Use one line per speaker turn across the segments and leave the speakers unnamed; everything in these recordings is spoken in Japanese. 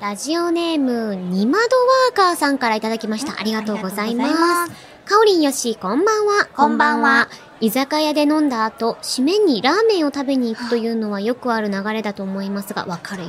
ラジオネーム、にまどワーカーさんからいただきました。ありがとうございま。
ありがとうございます
かおりんよし、こんばんは。
こんばんは。
居酒屋で飲んだ後、締めにラーメンを食べに行くというのはよくある流れだと思いますが、わかるよ。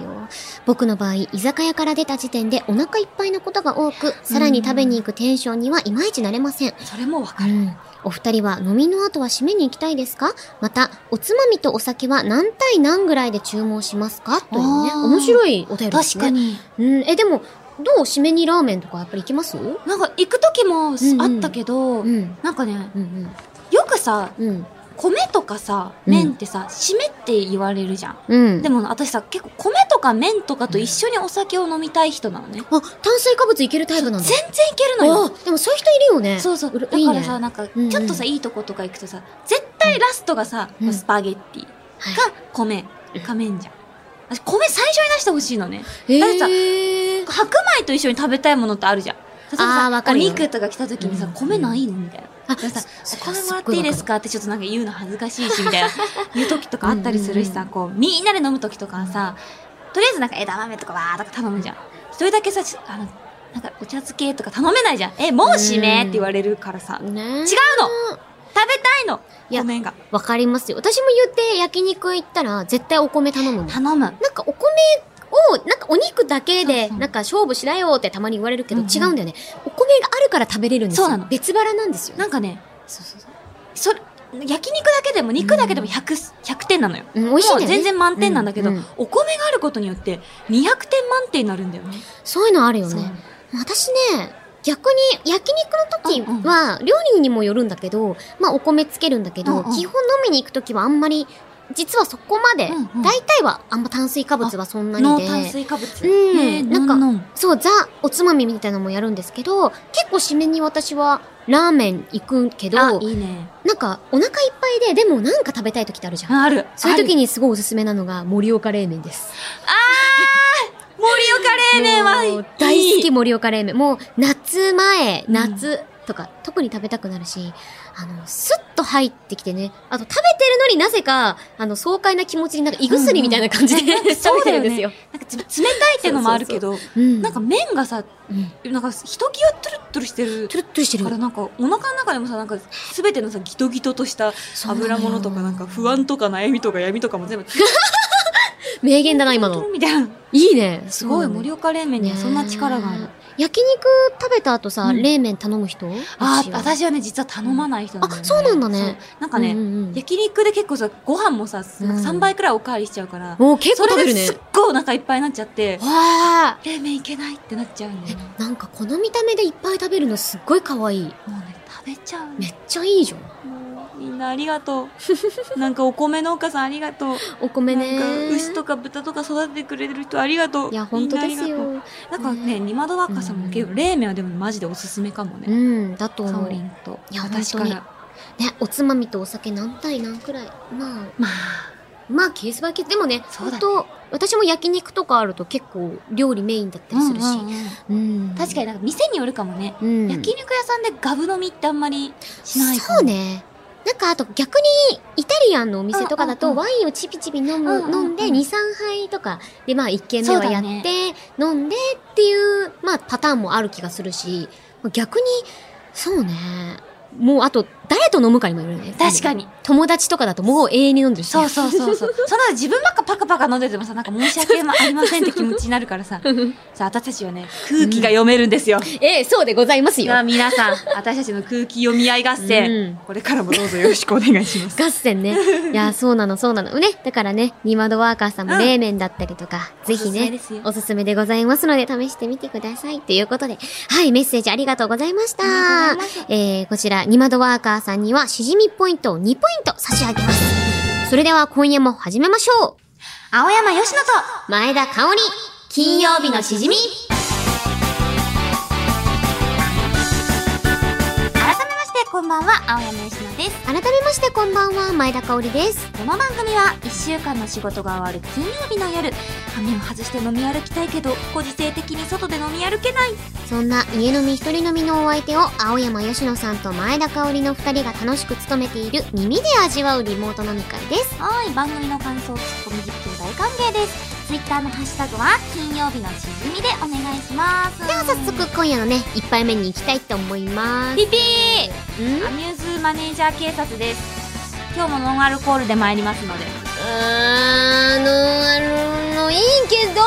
僕の場合、居酒屋から出た時点でお腹いっぱいのことが多く、さらに食べに行くテンションにはいまいち慣れません。
それもわか
う
る。
ん。お二人は飲みの後は締めに行きたいですかまた、おつまみとお酒は何対何ぐらいで注文しますかというね、
あー
面白いお便りですね。
確か。に。
うん、え、でも、どう締めにラーメンとかやっぱり行きますう
なんか行く時も
んうん
あったけど、
ん。
なんかね、
うん
よくさ、
うん。うん。
米とかさ、
うん
麺ってさ、締めって言われるじゃん。
うん。
でも私さ、結構米とか麺とかと一緒にお酒を飲みたい人なのね。
あ、炭水化物いけるタイプなんだ。
全然いけるのよ。
あでもそういう人いるよね。
そうそう。
う
だ
る
か
いいね
らさ、なんか、
うんうん
ちょっとさ、いいとことか行くとさ、絶対ラストがさ、
うん
スパゲッティか
はい
米
うん
か麺じゃん。私、米最初に出してほしいのね。
へ
だってさ
えー。
白米と一緒に食べたいものってあるじゃん。例えば
あーわ
さ、
か
お
るよ
肉とか来た時にさ、
うん
米ないのみたいな。
あ
だからさ、
そ
お金もらっていいですかってちょっとなんか言うの恥ずかしいし、みたい な。言う時とかあったりするし
う
さ、
ん
こう、みんなで飲む時とかはさ、とりあえずなんか枝豆とかわーとか頼むじゃん。一人だけさ、ちあの、なんかお茶漬けとか頼めないじゃん。え、もう締めって言われるからさ。違うの
ね
食べたいの
いや
米が。
わかりますよ。私も言って焼肉行ったら絶対お米頼むもん。
頼む。
なんかお米を、なんかお肉だけで、
そうそう
なんか勝負しなよってたまに言われるけど、
うんうん
違うんだよね。お米があるから食べれるんですよ。
そうなの
別腹なんですよ。
なんかね、
そうそうそう。
それ、焼肉だけでも肉だけでも100、100点なのよ。
うん、美味しいんだよ、ね。
もう全然満点なんだけど、
うんうん
お米があることによって200点満点になるんだよね。
そういうのあるよ
そう
ね。私ね、逆に焼肉の時は、料理にもよるんだけど、まあお米つけるんだけど、
うんうん
基本飲みに行く時はあんまり、実はそこまで、
うんうん
大体はあんま炭水化物はそんなにで。
ノー炭水化物。
うん
ねえ
なんか
ノンノン
そう、ザ、おつまみみたいなのもやるんですけど、結構締めに私はラーメン行くけど、
あ、いいね。
なんかお腹いっぱいで、でもなんか食べたい時ってあるじゃん。
ある。
そういう時
に。
にすごいおすすめなのが盛岡冷麺です。
盛岡冷麺はいい
もう大好き盛岡冷麺。もう夏前、夏とか、特に食べたくなるし、あの、スッと入ってきてね、あと食べてるのになぜか、あの、爽快な気持ちになんか胃薬みたいな感じで、
うんうん
食べてるんですよ。
なんかつ冷たいってのもあるけど、
うん
なんか、麺がさ、
うん、
なんかひときわトゥルットゥルしてる
ト。ゥルッとしてる
か。らなんかお腹の中でもさなんかすべてのさギトギトとした
そうなのよ
油物とかなんか不安とか悩みとか闇とかも全部
名言だな、今の。
みたいな
いいね。
すごい
そうなの
盛岡冷麺にはそんな力がある
ね。焼肉食べた後さ、
うん
冷麺頼む人
あ
私は
私はね実は頼まない人なんだよ、ね
あそうなんだね
そうなんかね、
うんうんうん
焼肉で結構さご飯もさ
うん
3倍くらいおかわりしちゃうから、
もう結
そ
構食べ
れ
る
で
ね
すっ。ごいお腹いっぱいになっちゃって
わあ。
冷麺いけないってなっちゃうんだよね
なんかこの見た目でいっぱい食べるのすっごい可愛い。
もうね食べちゃう
め
ね
っちゃいいじゃん。
もうみんなありがとう なんかお米農家さんありがとう
お米ね。
なんか牛とか豚とか育ててくれてる人ありがとう
いや、本当です
みんなありがとう
よ。
なんかね二窓若さんもけど、
うん
冷麺はでもマジでおすすめかも
う
ね、
ん、だと
か
思
お
う。
り
ね、
んと
いや
私
本
か
当に
ら
おつまみとお酒何対何くらい。まあ、
まあ
まあ、ケースバイケース。でもね、
そうだ
本
ね
当私も焼肉とかあると結構料理メインだったりするし。
うんうんうん
うん。
確かになんか店によるかもね、
に。うん。
焼肉屋さんでガブ飲みってあんまりしないかも
そうね。なんかあと逆にイタリアンのお店とかだ
うん
と
うんう
ワインをチビチビ飲む、
うんうんうん
飲んで2、3杯とかでまあ1軒目はやって、
そうだ
飲んでっていうまあパターンもある気がするし、まあ逆にそうね。もうあと誰と飲むかにもよるね。
確かに。
友達とかだともう永遠に飲んでるし。
そうそうそう そう。そんな自分ばっかパカパカ飲んでてもさ、なんか申し訳ありませんって気持ちになるからさ、さ、私たちはね、空気が読めるんですよ。
ええ、そうでございますよ
まあ。皆さん、私たちの空気読み合い合戦、
うん
これからもどうぞよろしくお願いします。
合戦 ね。いや、そうなの、そうなの。ね。だからね、ニマドワーカーさんも
うん
冷麺だったりとか、ぜひね、
おすすめですよ
おすすめでございますので、試してみてください。ということで、はい、メッセージありがとうございました
ありがとうございま。
えー、こちら、ニマドワーカーさんには、しじみポイントを2ポイント差し上げます。それでは、今夜も始めましょ
青山よしのと、
う前田香織、金曜日のしじみ
改めましてこんばんは、青山よしのです。
改めまして、こんばんは、前田香織です。
この番組は、1週間の仕事が終わる金曜日の夜、羽目を外して飲み歩きたいけど、ご時世的に外で飲み歩けない
そんな家飲み一人飲みのお相手を青山佳乃さんと前田香織の二人が楽しく務めている耳で味わうリモート飲み会です。
はい、番組の感想、ツッコミ実況大歓迎です。
ツイッターのハッシュタグは金曜日のしじみでお願いします
では早速今夜のね、一杯目に行きたいと思います。
ピピ
うん
ーアミューズマネージャー警察です。今日もノンアルコールで参りますので。
あーの、あの、のいいけど、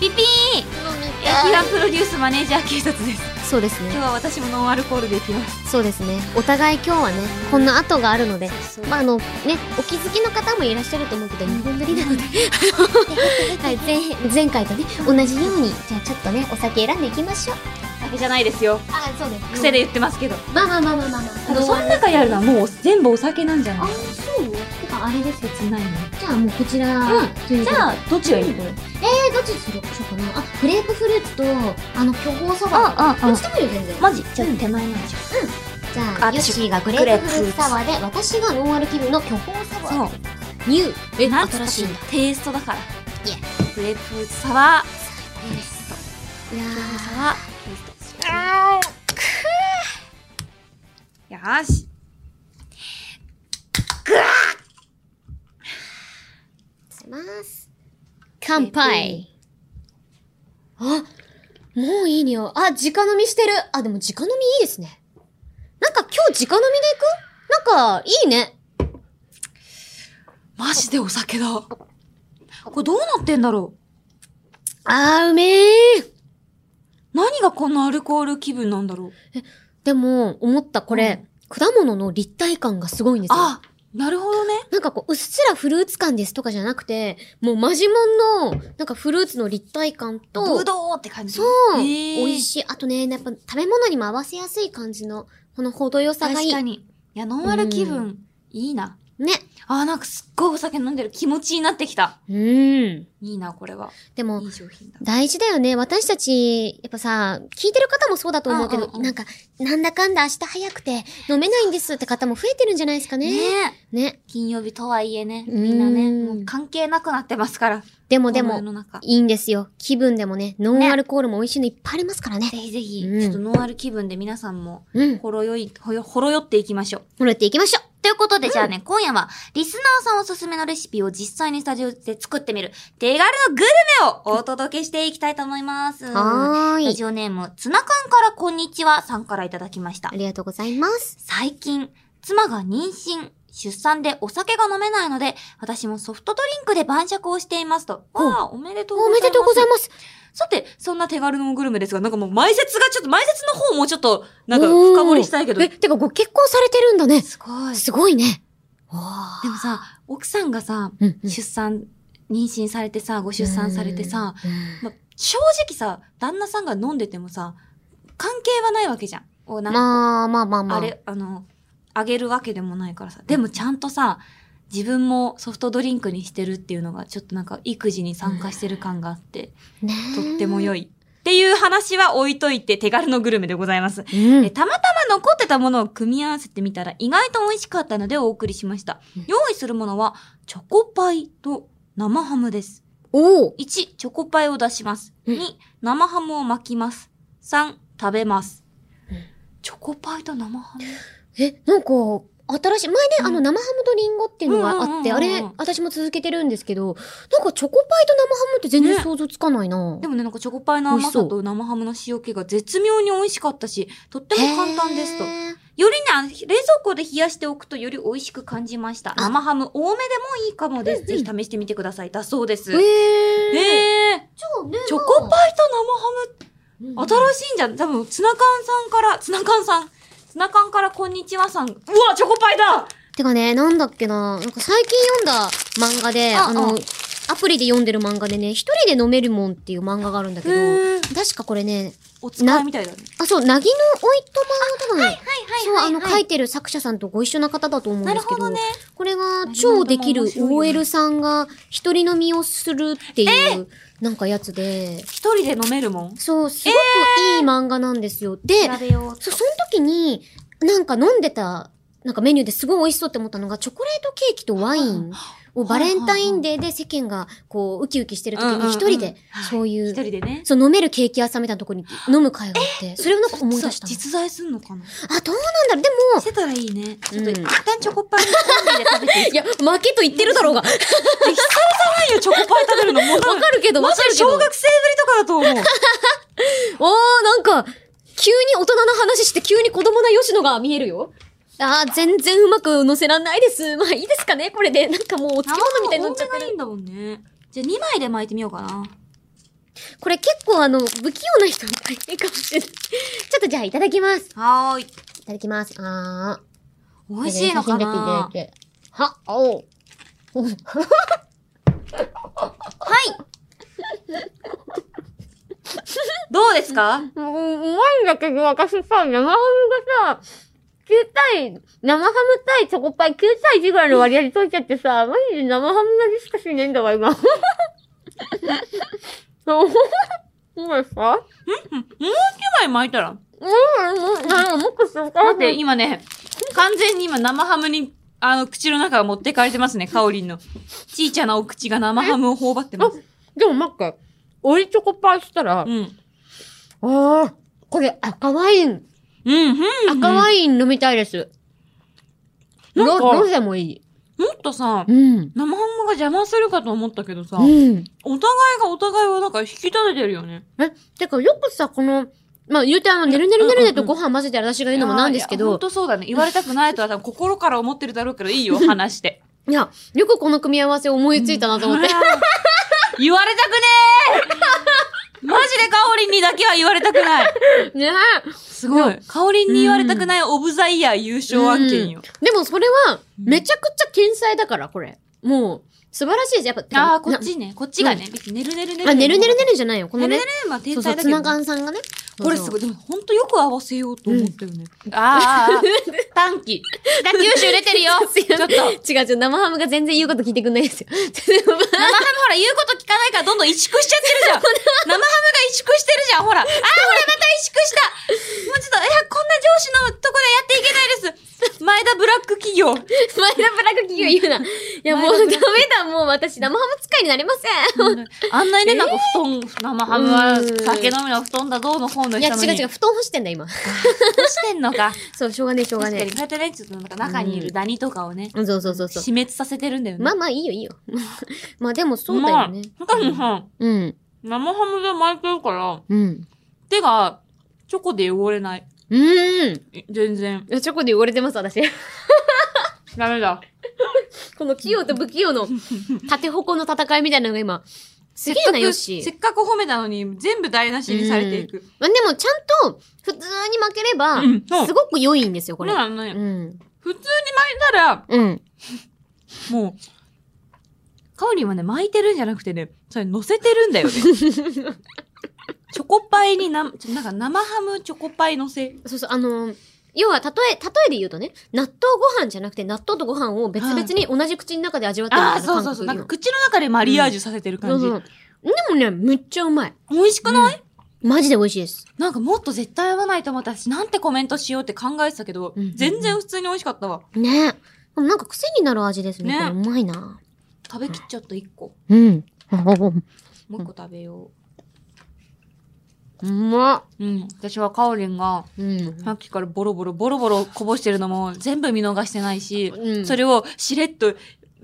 ピピー
飲み
エキ
た
ラ
い。
プロデュースマネージャー警察です。
そうです
今日
ね。
は私もノンアルコールで行きます。
そうですね。お互い今日はね、こんな後があるので、
そう
まああのね、お気づきの方もいらっしゃると思うけど、2本ぶり なので、はい、前前回とね、同じように、じゃあちょっとね、お酒選んでいきましょう。
酒じゃないですよ。
あ、そうです。
癖で。言ってますけど。
まあまあまあまあまあ
た
ま
だ
あ。
その中にあるのはもう全部お酒なんじゃ
あ
な、い
そうてか、あれですよ。
切ないね。
じゃあもうこちら、
うん
というこ
じ
とで
ゃあ、どっちがいい
これ。えー、どっちにするしようかな。あ、グレープフルーツと、あの、巨峰サワー。
あああ
どっちでもいいよ、全然。
マジじゃあ手前なんじゃ
じゃあ、
あ
ヨッシーがグレ
グレ
ー
ー
プ
プ
フ
フ
ル
ル
ー
ー
ツ
ツ
サワーで、私がノンアル気分の巨峰サワー。
ん。そう。
ニュー。え、
なん
新しいんだ。
テイストだから。
いえ
グレープフルーツサワー。
テイスト。いや
巨峰サ
ー
ワー。テイスト。よーし。
ありがとうございます。乾杯。あ、もういい匂い。あ、直飲みしてる。あ、でも直飲みいいですね。なんか今日直飲みで行くなんか、いいね。
マジでお酒だ。これどうなってんだろ
あー、うめー。
う何がこんなアルコール気分なんだろう
でも、思った、これ、果物の立体感がすごいんですよ。
あ、なるほどね。
なんかこう、うっすらフルーツ感ですとかじゃなくて、もうマジモンの、なんかフルーツの立体感と、
ブドウって感じ。
そう、
へー
美味しい。あとね、やっぱ食べ物にも合わせやすい感じの、この程よさがい
確
い。
かに。いや、ノンアル気分、いいな。
ね。
あー、なんかすっごいお酒飲んでる気持ちになってきた。
うん。
いいな、これは。
でも
い、い商品だ。
大事だよね。私たち、やっぱさ、聞いてる方もそうだと思うけど、
うんうんうん
なんか、なんだかんだ明日早くて飲めないんですって方も増えてるんじゃないですか
ね
ね。
え
ね。
金曜日とはいえね、
うん
みんなね、もう関係なくなってますから。
でもで
この世
も、
の中。ぜ
いいんですよ。気分でもね、ノンアルコールも美味しいのいっぱいありますからね。
ひぜひ、
うん
ちょっとノンアル気分で皆さんも、
うん。
ほろよい、ほよ、ほろよっていきましょう。
もらっていきましょう。
ということで、じゃあね、今夜は、リスナーさんおすすめのレシピを実際にスタジオで作ってみる、手軽のグルメをお届けしていきたいと思います。
はー
ラ
い。
ジオネーム、ツナ缶からこんにちはさんからいただきました
あ。りがとうございます。
最近、妻が妊娠、出産でお酒が飲めないので、私もソフトドリンクで晩酌をしていますと。
ほう
わあ、おめでとうござ
お
いま
め
す。
でとうございます。
さて、そんな手軽のグルメですが、なんかもう前説がちょっと、前説の方もちょっと、なんか深掘りしたいけど
おーえ、。てかご結婚されてるんだね。
すごい。
すごいね。わ
でもさ、奥さんがさ、
ーうんうん
出産、妊娠されてさ、ご出産されてさ、、
うん
まあ、正直さ、旦那さんが飲んでてもさ、関係はないわけじゃん。おなんか
まあまあまあまあ。
あれ、あの、あげるわけでもないからさ。でもちゃんとさ、自分もソフトドリンクにしてるっていうのが、ちょっとなんか育児に参加してる感があって、
ね
とっても良
い。
い。っていう話は置いといて、手軽のグルメでございます。
うん
えたまたま残ってたものを組み合わせてみたら意外と美味しかったのでお送りしました
うん。
用意するものは、チョコパイと生ハムです。
おお
1、チョコパイを出します。
うん
2、生ハムを巻きます。3、食べます
うん。
チョコパイと生ハム
え、なんか、新しい、前ね、
うん
あの、生ハムとリンゴっていうのがあって、
う
あ
んうんうんうん
れ、私も続けてるんですけど、なんかチョコパイと生ハムって全然
ね
想像つかないな。
でもね、なんかチョコパイの甘さと生ハムの塩気が絶妙に美味しかったし、とっても簡単ですと。よ
へー
りね、あの冷蔵庫で冷やしておくとより美味しく感じました。生ハム多めでもいいかもです。ぜひ試してみてください。だそうです。
えー
ね。え
超ね
チョコパイと生ハ
うん
ム、新しいんじゃん。多分、ツナ缶さんから、ツナ缶さん、ツナ缶からこんにちはさん。うわ、チョコパイだ
てかね、なんだっけな、なんか最近読んだ漫画で、あ
あ
の、アプリで読んでる漫画でね、一人で飲めるもんっていう漫画があるんだけど、
へー
確かこれね、
お使いみたいだね。
あ、そう、なぎのおいとまを多分、そう、あ
はいはいはい
の、書いてる作者さんとご一緒な方だと思うんで
なる
すけ
ほ
ど、
どね。
これが超できる
なぎのおいとま面白いよね
OL さんが一人飲みをするっていう、なんかやつで、
一人で飲めるもん。
そう、すごくいい漫画なんですよ。で、
べよう
そうその時に、なんか飲んでたなんかメニューですごい美味しそうって思ったのが、チョコレートケーキとワインをバレンタインデーで世間がこう、ウキウキしてる時に一人
うんうん
で
うん、
そうい
一
う、
人でね。
そう飲めるケーキ屋さんみたいなところに飲む会があって、それをなんか思い出したの。
実在すんのかな
あ、どうなんだろうでも、
してたらいいね。ちょっと、
うん
一旦チョコパイコンビで食べていい
いや、負けと言ってるだろうが。わ
ないよ、チョコパイ食べるの。もう多分
かるけど、わ
マ
か
ジ
る
で
けど。
小学生ぶりとかだと思う。
おー、なんか、急に大人の話して急に子供な吉野が見えるよ。あー、全然うまく乗せらんないです。まあいいですかね、これで。なんかもうお漬物みたいになっちゃって
多めがいい
る。
んだもんね。じゃあ2枚で巻いてみようかな。
これ結構あの、不器用な人も大変かもしれない。ち ょっとじゃあいただきます。
はーい。
いただきます。あー。
美味しいのかな
は、おう。
どうですか
うまいんだけど、私さ、生ハムがさ、9対、生ハム対チョコパイ9対1ぐらいの割合で取っちゃってさ、マジで生ハムの味しかしねえんだわ、今。 そう。どうですか
2枚巻いたら。
うん、なんもっとするか
だって今ね、完全に今生ハムに、あの、口の中が持ってかれてますね、カオリンの。ちいちゃなお口が生ハムを頬張ってます。
でもなんか、オリチョコパイしたら、あ
うん。
あ、これ赤ワイン、
うん、うん。
赤ワイン飲みたいです。
うんなんか
ロロゼもいい。
もっとさ、
うん。
生ハムが邪魔するかと思ったけどさ、
うん。
お互いがお互いをなんか引き立ててるよね。
え、てかよくさ、この、まあ、言うてあの、ねるねるねるねとご飯混ぜて私が言うのもなんですけ
いや
ど
本、当そうだね。言われたくないとは多分心から思ってるだろうけど、いいよ、話して。
いや、よくこの組み合わせ思いついたなと思って。
言われたくねえマジでカオリンにだけは言われたくない。
ね
すごい。カオリンに言われたくないオブザイヤー優勝案件よ。
え。でもそれは、めちゃくちゃ天才だから、これ。もう、素晴らしいです。やっぱ、
ああ、こっちね。こっちがね。ねるねるね
な。あ、
る。
ねるねるね
ね
るじゃないよ。こ
るね
の
る
ね
ね。るは天
そうそう、
才だ
ツ
け
ナ
ど。
缶さんがね。
これすご
い。
い。でもほんとよく合わせようと思ったよね。あーあー、あー短 期。北九州出てるよ。ちょっと。
違う違う、生ハムが全然言うこと聞いてくんないですよ。
生ハムほら言うこと聞かないからどんどん萎縮しちゃってるじゃん。 生ハムが萎縮してるじゃん、ほら。あー、ほら、また萎縮した。もうちょっと、いや、こんな上司のとこでやっていけないです。前田ブラック企業。
マイナブラック企業言うな。いや、もうダメだ、もう私、生ハム使いになりませ
あんなにね、なんか布団、生ハムは
うん
酒飲みの布団だ どうの方の
ん。い
人
や、
のに。
違う違う、布団干してんだ、今。
どうしてんのか。
そう、しょうがねえ、しょうが
確
ね
かに、こうやってね、ちょっとなんか中にいるダニとかをね、
え。そうそうそうそう
死。滅させてるんだよね。
まあまあいいよいい よ。まあでもそうだよね。
まあ確かにさ、
うん。
生ハムで巻いてるから、
うん。
手がチョコで汚れない。
うーん。
え全然。
チョコで汚れてます、私。
ダメだ。
この器用と不器用の縦矛の戦いみたいなのが今。すげえな、よし。
せっかく褒めたのに、全部台無しにされていく。
まあでもちゃんと普通に負ければ
うんそう、
すごく良いんですよ、こ
こ
れ
れ。はね、
うん。
普通に巻いたら、
うん。
もう、カオリンはね、巻いてるんじゃなくてね、それ乗せてるんだ よね。チョコパイにな、ちょなんか生ハムチョコパイ乗せ。
そうそう、あのー要は、例え、例えで言うとね、納豆ご飯じゃなくて、納豆とご飯を別々に同じ口の中で味わってるみ
あ
た
あ、
いな
そう
感
そうそ
覚
う。
今
なんか口の中でマリアージュさせてる
そ
感
う
じ。
そう。でもね、むっちゃうまい。
美味しくない、
マジで美味しいです。
なんかもっと絶対合わないと思ったし、なんてコメントしようって考えてたけど、
うんうんうん
全然普通に美味しかったわ。
ねえ。でもなんか癖になる味ですね。
ね
これうまいな。
食べきっちゃった1個。
うん。
もう1個食べよ
うま
う。うん。私はカオリンが、
うん。
さっきからボロボロ、ボロボロこぼしてるのも全部見逃してないし、
うん
それをしれっと、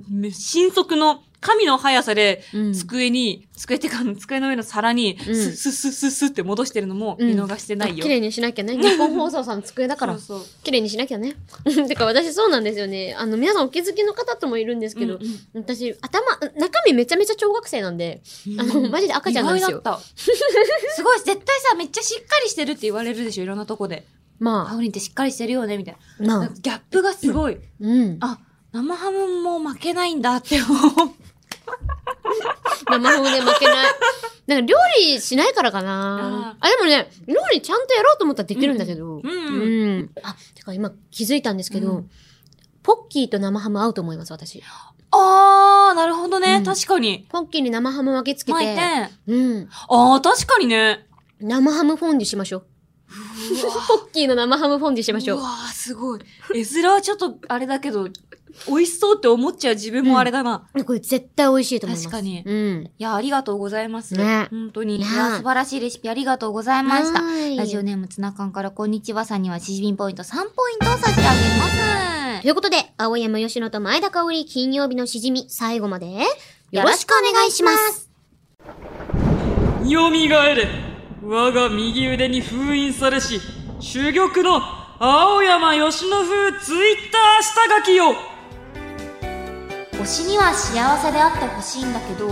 め神速の神の速さで、
うん
机に、机ってか、机の上の皿に、
うん
スッスッスッスッスッって戻してるのも見逃してないよ。
綺麗にしなきゃね。日本放送さんの机だ
だ
から
そ、うそう。
綺麗にしなきゃね。 てか私そうなんですよね。あの、皆さんお気づきの方ともいるんですけど、
うんうん
私、頭、中身めちゃめちゃ小学生なんで、あの、マジで赤ちゃんなんです
意
よ。
外だ ったすごい、絶対さ、めっちゃしっかりしてるって言われるでしょ、いろんなとこで。
ま
カオリンってしっかりしてるよね、みたい
あ、ま
な。
あ、
ギャップがすごい。
うん。
あ、生ハムも負けないんだって思う。
生ハムで負け ない。なんか料理しないからかな。あ、でもね、料理ちゃんとやろうと思ったらできるんだけど。
うんうん
んあ、てか今気づいたんですけど、
う
ポッキーと生ハム合うと思います、私。
あー、なるほどね。
うん
確かに。
ポッキーに生ハム分けつけ
巻いて。
て、
あ
うん。
ー、確かにね。
生ハムフォンデュしましょう。
う
ポッキーの生ハムフォンデュしましょう
う。わー、すごい。絵面はちょっと、あれだけど、美味しそうって思っちゃう自分もあれだな。
これ絶対美味しいと思います。
確かに
うん。
いや、ありがとうございます。
ね
本当に。
ね
いや、素晴らしいレシピありがとうございました。
はい
ラジオネームツナ缶からこんにちはさんにはしじみポイント3ポイントを差し上げます。
ということで、青山吉野と前田香織金曜日のしじみ、最後まで、よろしくお願いします。
よみがえれ我が右腕に封印されし珠玉の青山吉野風ツイッター下書きよ
推しには幸せであってほしいんだけど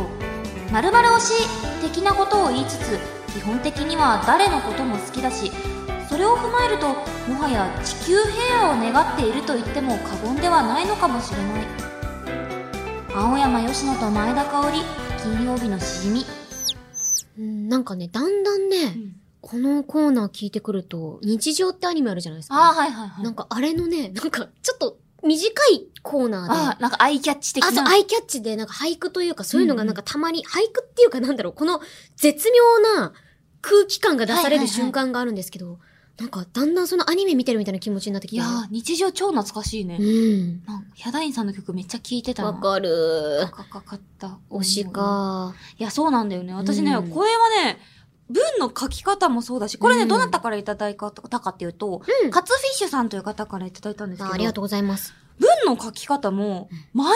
〇〇推し的なことを言いつつ基本的には誰のことも好きだしそれを踏まえるともはや地球平和を願っていると言っても過言ではないのかもしれない青山佳乃と前田香織金曜日のしじみ
うんなんかね、だんだんね、
ん
このコーナー聞いてくると、日常ってアニメあるじゃないですか。
ああ、はいはいはい。
なんかあれのね、なんかちょっと短いコーナーで、
ああ、なんかアイキャッチ的な。
あとアイキャッチでなんか俳句というかそういうのがなんかたまに、俳句っていうかなんだろう、この絶妙な空気感が出される瞬間があるんですけど、なんかだんだんそのアニメ見てるみたいな気持ちになってきて。
いやー、日常超懐かしいね。
うん。
なんかヒャダインさんの曲めっちゃ聴いてたな。
わかるー。
高かった。
推し。か
いや、そうなんだよね。私ね、
うん
これはね、文の書き方もそうだし、これね、
うん
どなたからいただいたかっていうと、
うん
カツフィッシュさんという方からいただいたんですけ
ー。
ど、
ありがとうございます。
文の書き方も、マインドも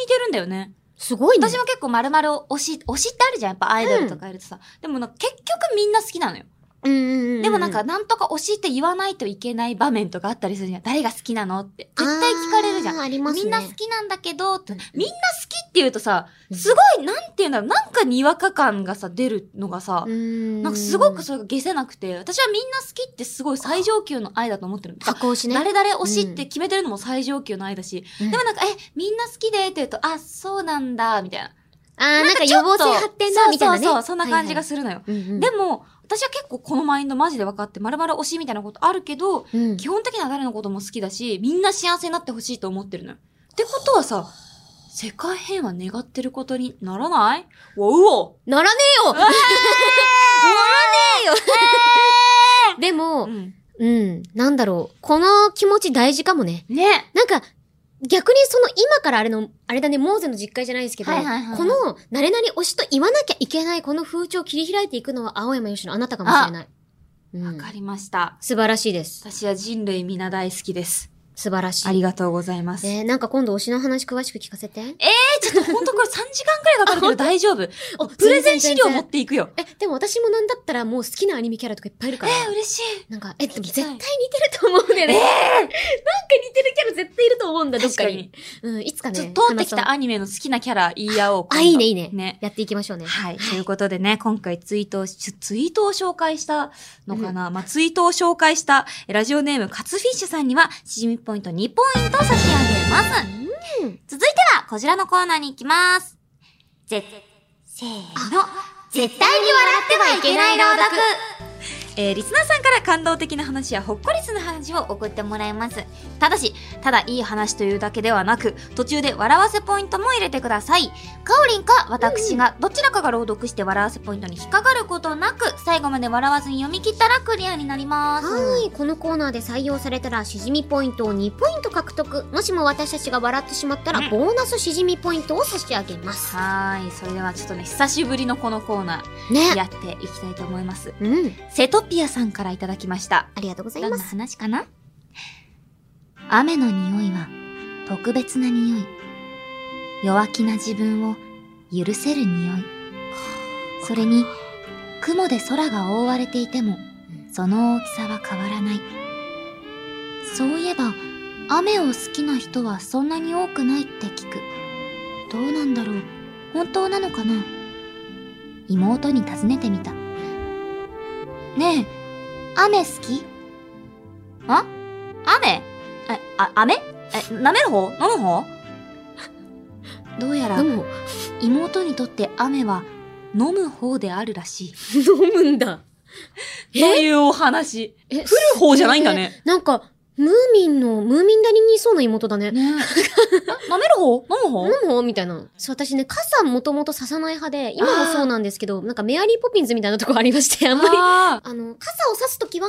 似てるんだよね。
すごいね。
私も結構丸々を推し、推しってあるじゃん。やっぱアイドルとかいるとさ。でもなんか結局みんな好きなのよ。
うんうんうう
でもなんか、なんとか推しって言わないといけない場面とかあったりするじゃん。誰が好きなのって。絶対聞かれるじゃん。
あーありますね。
みんな好きなんだけど、って
うん
みんな好きって言うとさ、すごい、なんていうんだろう、なんかにわか感がさ、出るのがさ、
うん。
なんかすごくそれが消せなくて、私はみんな好きってすごい最上級の愛だと思ってるんです
加工しね。
誰々推しって決めてるのも最上級の愛だし、
うん
でもなんか、え、みんな好きでって言うと、あ、そうなんだ、みたいな。
あー、なんか予防性発展だ、みたいなね。
そうそうそう、そんな感じが
す
するのよ。
る。うんうん
でも、私は結構このマインドマジで分かって、まるまる推しみたいなことあるけど、
うん
基本的には誰のことも好きだし、みんな幸せになってほしいと思ってるのよ。ってことはさ、世界平和願ってることにならないうおうお
ならねえよならねえよでも、
うん
うん、なんだろう。この気持ち大事かもね。
ね
なんか、逆にその今からあれの、あれだね、モーゼの実家じゃないですけど、
はいはいはい
この、誰々推しと言わなきゃいけないこの風潮を切り開いていくのは青山由のあなたかもしれない。うん
わかりました。
素晴らしいです。
私は人類皆大好きです。
素晴らし
あ
い。
りがとうございます。え
えー、なんか今度推しの話詳しく聞かせて。
ー、ちょっとほんとこれ3時間くらいかかるけど大丈夫。
あ
プレゼン資料持
も
っていくよ。
え、でも私もなんだったらもう好きなアニメキャラとかいっぱいいるから。
えー、嬉しい。
なんか、え、でも
聞き
絶
た
対
い
似てると思うんだよね。なんか似てるキャラ絶対いると思うんだ、どっ
確
か
か
に
に。。
うん、いつかね。
ちょっと通ってき
話
たアニメの好きなキャラ言い合おう。
そう。あ、い
今度
いね、いいね。
ね。
やっていきましょうね。
はい。ということでね、今回ツイートをし、ツイートを紹介したのかな、まあ、ツイートを紹介したえラジオネームカツフィッシュさんには、しじみポイント2ポイントを差し上げます。続いては、こちらのコーナーに行きます。ぜ、せーの。絶対に笑ってはいけない朗読。えーリスナーさんから感動的な話やほっこりする話を送ってもらいます。ただし、ただいい話というだけではなく、途中で笑わせポイントも入れてください。かおりんか私がどちらかが朗読して笑わせポイントに引っかかることなく、最後まで笑わずに読み切ったらクリアになります。
はい。このコーナーで採用されたら、しじみポイントを2ポイント獲得。もしも私たちが笑ってしまったら、
うん
ボーナスしじみポイントを差し上げます。
はーい。それではちょっとね、久しぶりのこのコーナー、
ね。
やっていきたいと思います。
うん。
セトピアさんからいただきました。
ありがとうござい
どん
ま
な
す。
話かな雨の匂いは特別な匂い。弱気な自分を許せる匂い。それに、雲で空が覆われていても、その大きさは変わらない。そういえば、雨を好きな人はそんなに多くないって聞く。どうなんだろう本当なのかな妹に尋ねてみた。ねえ、雨好き
あ雨え、あ、雨え、舐める方飲む方どうや
で、
ら
も、
妹にとって雨は飲む方であるらしい。
飲むんだ。
というお話。
え、
降る方じゃないんだね。
なんか、ムーミンの、ムーミン谷にいそうな妹だね。
ねえ。 舐める方飲む方
飲むみたいな。そう、私ね、傘もともとささない派で、今もそうなんですけど、なんかメアリーポピンズみたいなとこありまして、あんまり。
あ
あの、傘を差すときは、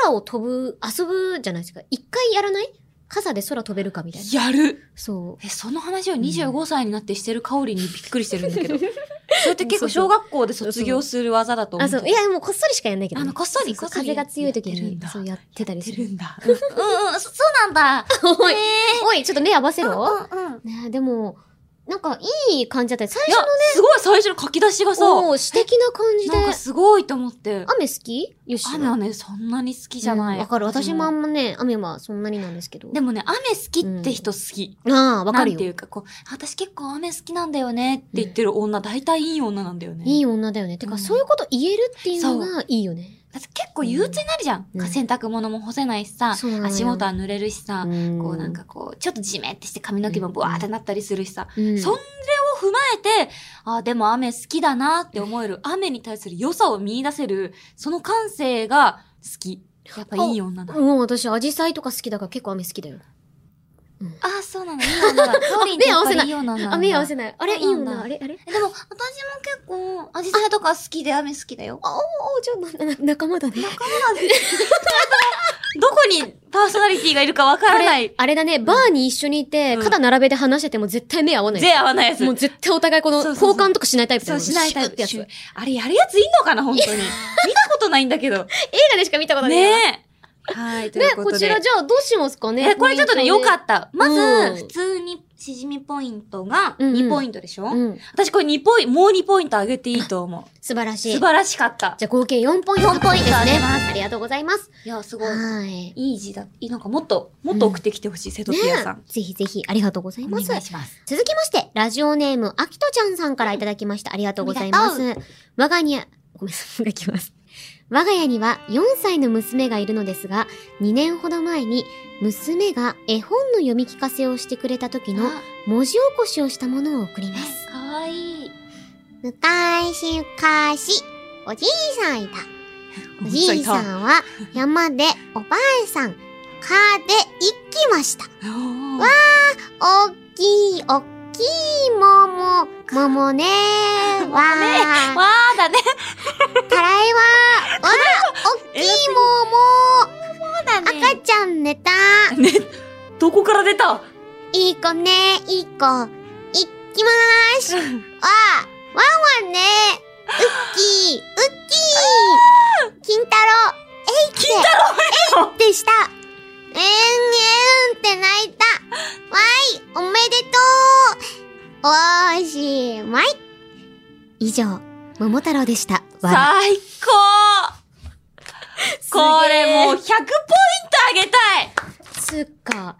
空を飛ぶ、遊ぶじゃないですか。一回やらない傘で空飛べるかみたいな。
ーやる。
そう。
え、その話を25歳になってしてる香りにびっくりしてるんだ けど。それって
そう
結構
そう
小学校で卒業する技だと思
あ、
う。
そう。いや、もうこっそりしかやんないけど、
あの、こっそり、
そ
こ
う
っそり。
風が強いとき
やってるん
に、
だ
そうやってたりす
やってる
る。
んだ。うんうんうん、そそうなんだ。
おい、おい、ちょっと目合わせ
う
ろ。
んうん。
ねでも、なんかいい感じだったよ最
いや
初、
すごい最初の書き出しがさ、
の、そう、詩的な感じで
なん。かすごいと思って。
雨好きよし。
雨はね、そんなに好きじゃな
う
い。
んわかる。私もあんまね、雨はそんなになんですけど。
でもね、雨好きって人好き。
ああ、わかる
なんてい
よ。
うか、こう、私結構雨好きなんだよねって言ってる女、大体いい女なんだよね。
いい女だよね。てか、
うん
そういうこと言えるっていうのがいいよね。
だって結構憂鬱になるじゃん。
うん
洗濯物も干せないしさ、
そうなのよ
足元は濡れるしさ、こ
こ
うなんか、こう、ちょっとジメってして髪の毛もブワーってなったりするしさ、
うん
そんそれを踏まえて、あ、でも雨好きだなって思える、雨に対する良さを見出せる、その感性が好き。やっぱいい女だ。
もう私、アジサイとか好きだから結構雨好きだよ。
あ、そうなの、いい 女だ。通りに
目合わせない
いい女なんだ。
雨合わせない。あれいい
そうなんだ
女あれあれ
えでも、私も結構、アジサイとか好きで雨好きだよ。
あおーちょっとなな仲間だね。
どこにパーソナリティがいるかわからない。
あれだね、バーに一緒にいて、
うん
肩並べて話してても絶対目合わない。
ぜ合わないやつ。
もう絶対お互いこの
そうそうそう
交換とかしないタイプだ
そ
よ
う
ね
しないタイ
シュッ
プ
てやつ。
シュ
映
ッあれやるやついんのかな 本当に。見たことないんだけど。
画でしか見たことない。
ねえ。はい、とい
ね
うこ
ことち
で。
らじゃあどうしますかね
え、これちょっとね、良かった。ま
うん
ず、普通にしじみポイントが
うんうん
2ポイントでしょ
うん。
私これ2ポイント、もう2ポイントあげていいと 思う。
素晴らしい。
素晴らしかった。
じゃあ合計4ポイント。
4ポイント
です
あ
ね
げま。
ありがとうございます。
いや、すごい。
はい。
いい字だ。いいなんかもっと、もっと送ってきてほしい、瀬戸ピアさん。
ぜひぜひありがとうござい
お
ま
願い
す。
します。
続きまして、ラジオネーム、あきとちゃんさんからいただきました。ありがとうございます
あ。
我が家、ごめんなさい、いただきます。我が家には4歳の娘がいるのですが、2年ほど前に、娘が絵本の読み聞かせをしてくれた時の文字起こしをしたものを送ります。
かわいい。
昔々、おじいさんいた。おじい さ
ん。
んは山でおばあさん、川で行きました。
わ
おっきいおっきい桃、桃ねー
ー
わ
わーだね。
ー、たらいわー、わー、おっきい桃、赤ちゃん寝た。
ね、どこから出た
いい子ねー、いい子、いっきまーす。わー、わーわーねー、うっきー、うっきー、金太郎、えいって、えいってした。えーんえーんって泣いた。わーい、おめでとう。おーしまい。以上、桃太郎でした。
最高これもう100ポイントあげたい
つうか、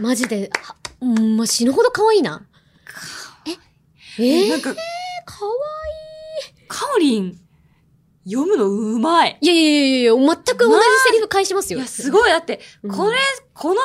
マジで、はうん、もう死ぬほど可愛いな。え、え
な
ー
ん、か、
可
カオリン、読むのうまい。
いやいやいやいや、全く同じセリフ返します
い
よ。
や、すごい。だって、
うん
これ、この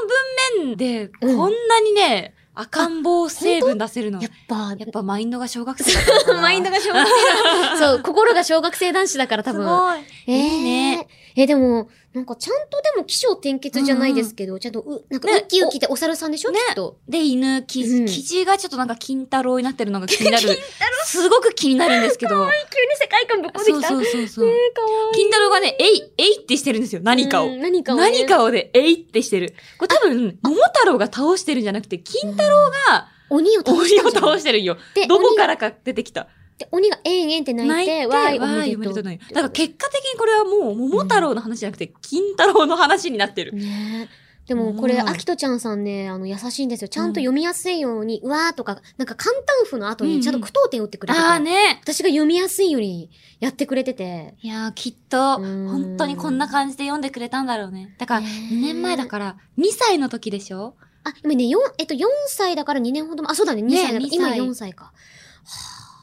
文面で、こ
うん
んなにね、赤ん坊成分出せるの。や
やっぱ、
っぱマインドが小学生だからか な。
マインドが小学生だ。そう、心が小学生男子だから多
す
分。
ごい。
えー
いいね。
え、でも、なんかちゃんとでも起承転結じゃないですけど、ちゃんとう、なんか
ね
ウキウキでお猿さんでしょ、
ね
きっと。
で、犬、生
うん
地、生地がちょっとなんか金太郎になってるのが気 になる。すごく気になるん ですけど。
急に世界観ぶっ
そうそうそうそう。
かわ
金太郎がね、えい、えいってしてるんですよ。何かを。
何かをね。
何かをで、えいってしてる。これ多分、桃太郎が倒してるんじゃなくて、金太郎が
鬼を倒し
鬼
た
を
んじゃない
倒してるよ。
で
どこからか出てきた。
で鬼がえんえんって泣いて、わーい、お
わーい
め
おめ
でと
でと
う。
うない。だから結果的にこれはもう、桃太郎の話じゃなくて、金太郎の話になってる。
ねえ。でもこれ、
うん
あきとちゃんさんね、あの、優しいんですよ。ちゃんと読みやすいように、うわーとか、なんか簡単譜の後にちゃんと句読点打ってくれてて、
ああね。
私が読みやすいようにやってくれてて。
いやー、きっと、
うん
本当にこんな感じで読んでくれたんだろうね。だから、
ねえ
2年前だから、2歳の時でしょ
あ、今ね、四えっと、4歳だから2年ほども、あ、そうだね、2歳だから、
ね
今
2歳
4歳か。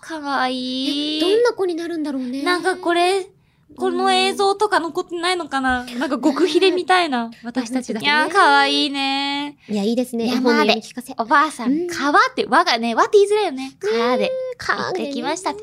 かわいい。
どんな子になるんだろうね。
なんかこれ、この映像とか残ってないのかななんか極秘で見たいな。私たちだけ。
いやー
可愛いね。
いや、いいですね。
山
絵本の
で
読み聞かせ。
おばあさ
うん
ん、川って、わがね、わって言いづらいよね。川で、
か
行ってきましたって。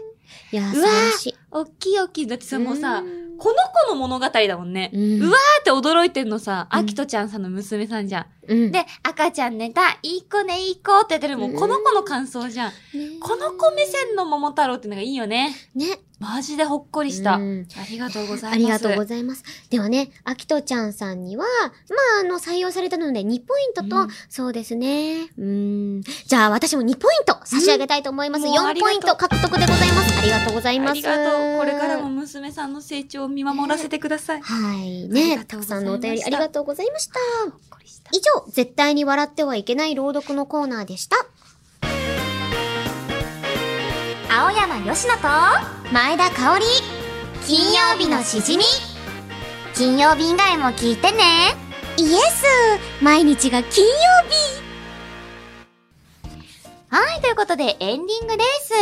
いや、
うわー
素晴らしい。
おっきいおっきい。だってさ、もうさ
う、ん
この子の物語だもんね。
うん
うわーって驚いてんのさ、
うん
あきとちゃんさんの娘さんじゃん。
うん。
で、赤ちゃん寝た、いい子ね、いい子って言ってるも、
うんん
この子の感想じゃん。
ね
この子目線の桃太郎ってのがいいよね。
ね。
マジでほっこりした。
う
あ
ん
りがとうございます。
ありがとうご
ざ
ざ
い
います。ではね、あきとちゃんさんには、まあ、あの、採用されたので2ポイントと、
うん
そうですね。うん。じゃあ、私も2ポイント差し上げたいと思います。
うんもうあ
4
りが
ポ
と
イ
う
ント獲得でございます。ありがとうございます。
ありがとう。これからも。娘さんの成長を見守らせてください。ほっ
はい。
あり
ね、
がと
た
う
く
ござ
さん
いました
のお便りありがとうございました。
こりした。
以上、絶対に笑ってはいけない朗読のコーナーでした。
青山よしのと
前田香織、
金曜日のしじみ金曜日以外も聞いてね
イエス毎日が金曜
はい、ということでエンディングです。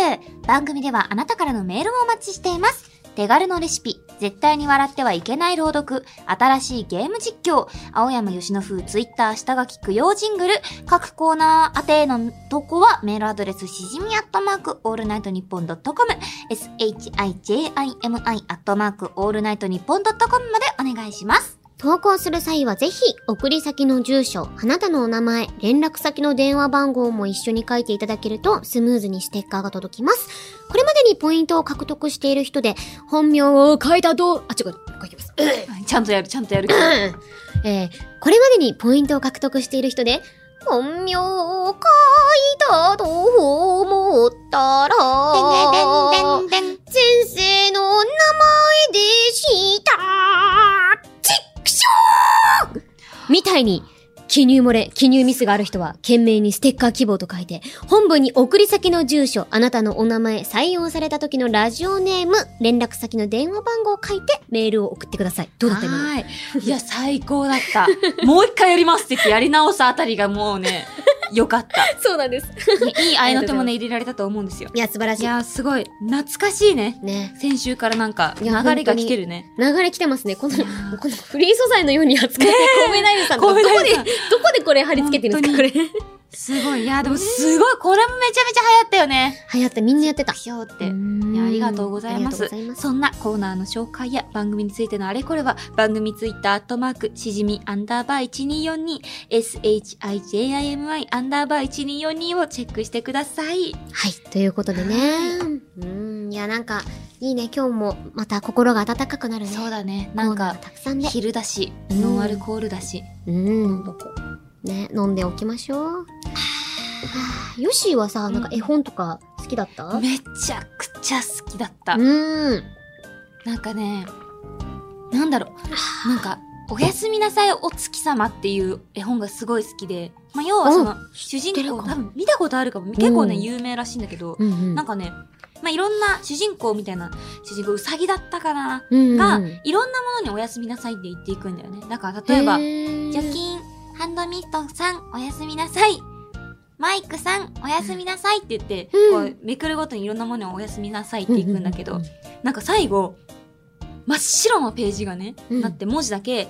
番組ではあなたからのメールをお待ちしています。手軽のレシピ、絶対に笑ってはいけない朗読、新しいゲーム実況、青山吉野風ツイッター下書き供養ジングル、各コーナー宛てのとこはメールアドレスしじみアットマークオールナイトニッポンドットコム、shijimi アットマークオールナイトニッポンドットコムまでお願いします。
投稿する際はぜひ、送り先の住所、あなたのお名前、連絡先の電話番号も一緒に書いていただけると、スムーズにステッカーが届きます。これまでにポイントを獲得している人で、本名を書いたと、あ、違う、書い てます。
ちゃんとやる、ちゃんとやる。
えーこれまでにポイントを獲得している人で、本名を書いたと思ったら、
でんでんでんでん。
先生のお名前でしたチックショーみたいに、記入漏れ、記入ミスがある人は、懸命にステッカー希望と書いて、本文に送り先の住所、あなたのお名前、採用された時のラジオネーム、連絡先の電話番号を書いて、メールを送ってください。どうだった今の
はーい。いや、最高だった。もう一回やりますって言ってやり直すあたりがもう ね、よかった。
そうなんです。
いい合いの手もね、入れられたと思うんですよ。
いや、素晴らし
い
い。
やー、すごい。懐かしいね。
ね。
先週からなんか、
い
流
や
れが来てるね。
流れ来てますね。この、
いや
こ
ー
のフリー素材のように 扱って、コウメナイルさんとか
コウメ
ど こ
太夫
で、
さん
どこでこれ貼り付けてるんですか、これ。流
すごい。いやー、でもすごい。これもめちゃめちゃ流行ったよね。
行った、みんなやってた。
ひょーっ
う
て。
ーん
いやありがとうございま
あ
す
りがとうございます
そんなコーナーの紹介や番組についてのあれこれは番組ツイッターアットマークしじみアンダーバー1242 shijimi アンダーバー1242をチェックしてください
はい、ということでね。うん、いや、なんか、いいね、今日もまた心が温かくなるね。
そうだね
コ
な
ー
ん
ナーが
か
たくさんで。
昼だし
うん
ノンアルコールだし
うん。
どこ
ね、飲んでおきましょう。はあヨッシーはさ、なんか絵本とか好きだったう
めちゃくちゃ好きだった
ん。
なんかねなんだろうなんか「おやすみなさいお月様」っていう絵本がすごい好きで、まあ、要はその主人
知ってる
公
かも
多分見たことあるかも結構ね
うん
有名らしいんだけど、
うんうん。
なんかね、まあ、いろんな主人公みたいな、主人公うさぎだったかな、
うんうん、
が、いろんなものにおやすみなさいって言っていくんだよね。だから例えば、
除
除菌、ハンドミストさん、おやすみなさい。マイクさん、おやすみなさいって言って、
うん
こう、めくるごとにいろんなものにおやすみなさいっていくんだけど、なんか最後、真っ白のページがね、
うん
なって文字だけ、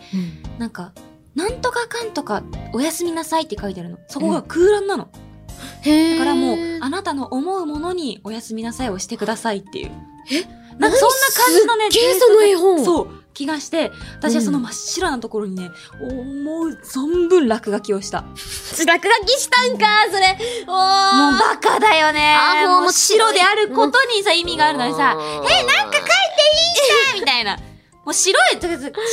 なんか、なんとかかんとか、おやすみなさいって書いてあるの。そこが空欄なの。
へ
だからもう、
あ
あなたの思うものにおやすみなさいをしてくださいっていう。
え
なんかそんな感じのね、
すっげえ
テイスト
その絵本
そう、気がして、私はその真っ白なところにね、思う存分落書きをした。もう
落書きしたんか、それ。おー。
バカだよね
あーもう
もう白であることにさ、意味があるのにさ、
え、なんか書い
みたいな。もう白い、とりあえず新聞の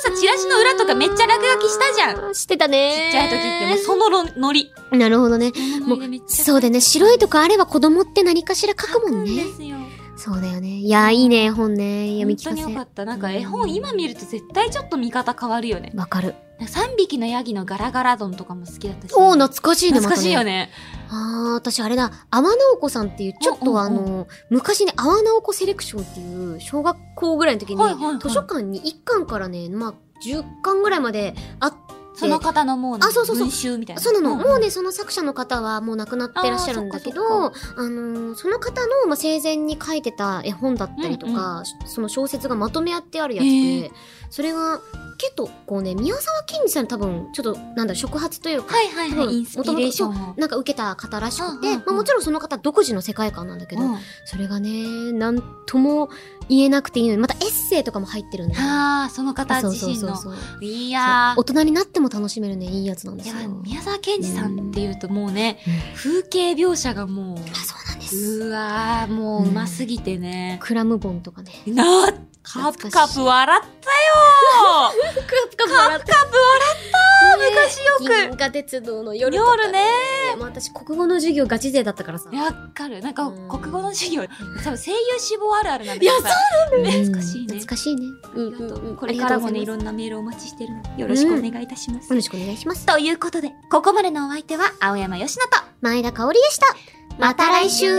さ、チラシの裏とかめっちゃ落書きしたじゃん。ちっ
ん。してたね。
ちゃい時って、もうそのろノリ。
なるほどね。もう
ノリでめっちゃ
そうだよね。白いとこあれば子供って何かしら書くもんね
書。くですよ。
そうだよね。いやー、いいね、絵本ね。読み
本
聞
当
か
によか
せ。
った。なんか絵本今見ると絶対ちょっと見方変わるよね。
わかる。
なんか3匹のヤギのガラガラ丼とかも好きだったし。
おー、懐かしいね、
懐かしいよ
ね。
ね。
あー、私あれだ。阿波直子さんっていう、ちょっ
うんう
と
ん
あの、昔ね、阿波直子セレクションっていう、小学校ぐらいの時
はいはいは
に、
い
図書館に1巻からね、まあ、10巻ぐらいまであっ
その方のもう、
あそうそうそう
文集みたいな。
そうなの、
ん
もうね、その作者の方はもう亡くなってらっしゃるんだけど、
あ
あのーその方の、まあ、生前に書いてた絵本だったりとか、
うん
その小説がまとめ合ってあるやつで、
へー
それが結構こうね宮沢賢治さん多分ちょっとなんだ触発というか、
はいはいは
うん
い。インスピレーションを。
なんか受けた方らしくて、
うんうんうん
まあ、もちろんその方独自の世界観なんだけど、
うん
それがねなんとも言えなくていいのにまたエッセイとかも入ってるんで
ああ、その方
そう
自
そう
身
そう
の。
そう
い
そ
や
う大人になっても楽しめるねいいやつなん
ー。
で
い
す
や
よ
宮沢賢治さんっていうともうね、
うん
風景描写がもう、
あそうなんです
うわー、もううますぎてね。
クラムボンとかね
なあカプ
懐かしい
カプ笑ったよ
クラプカプ笑った
昔よく
銀河鉄道の夜とか、
夜ね
いやもう私国語の授業ガチ勢だったからさ
わかる。なんか
うん
国語の授業、多分声優志望あるあるなんだけどさ。いや、そう
うん
懐かしいね
懐。かしいね
ありがとうこれからもね、いろ
んなん
なメールをお待ちしてるので、よろしくお願いいたします。
よろしくお願いします
ということで、ここまでのお相手は、青山よしのと、
前田香織でしたまた来週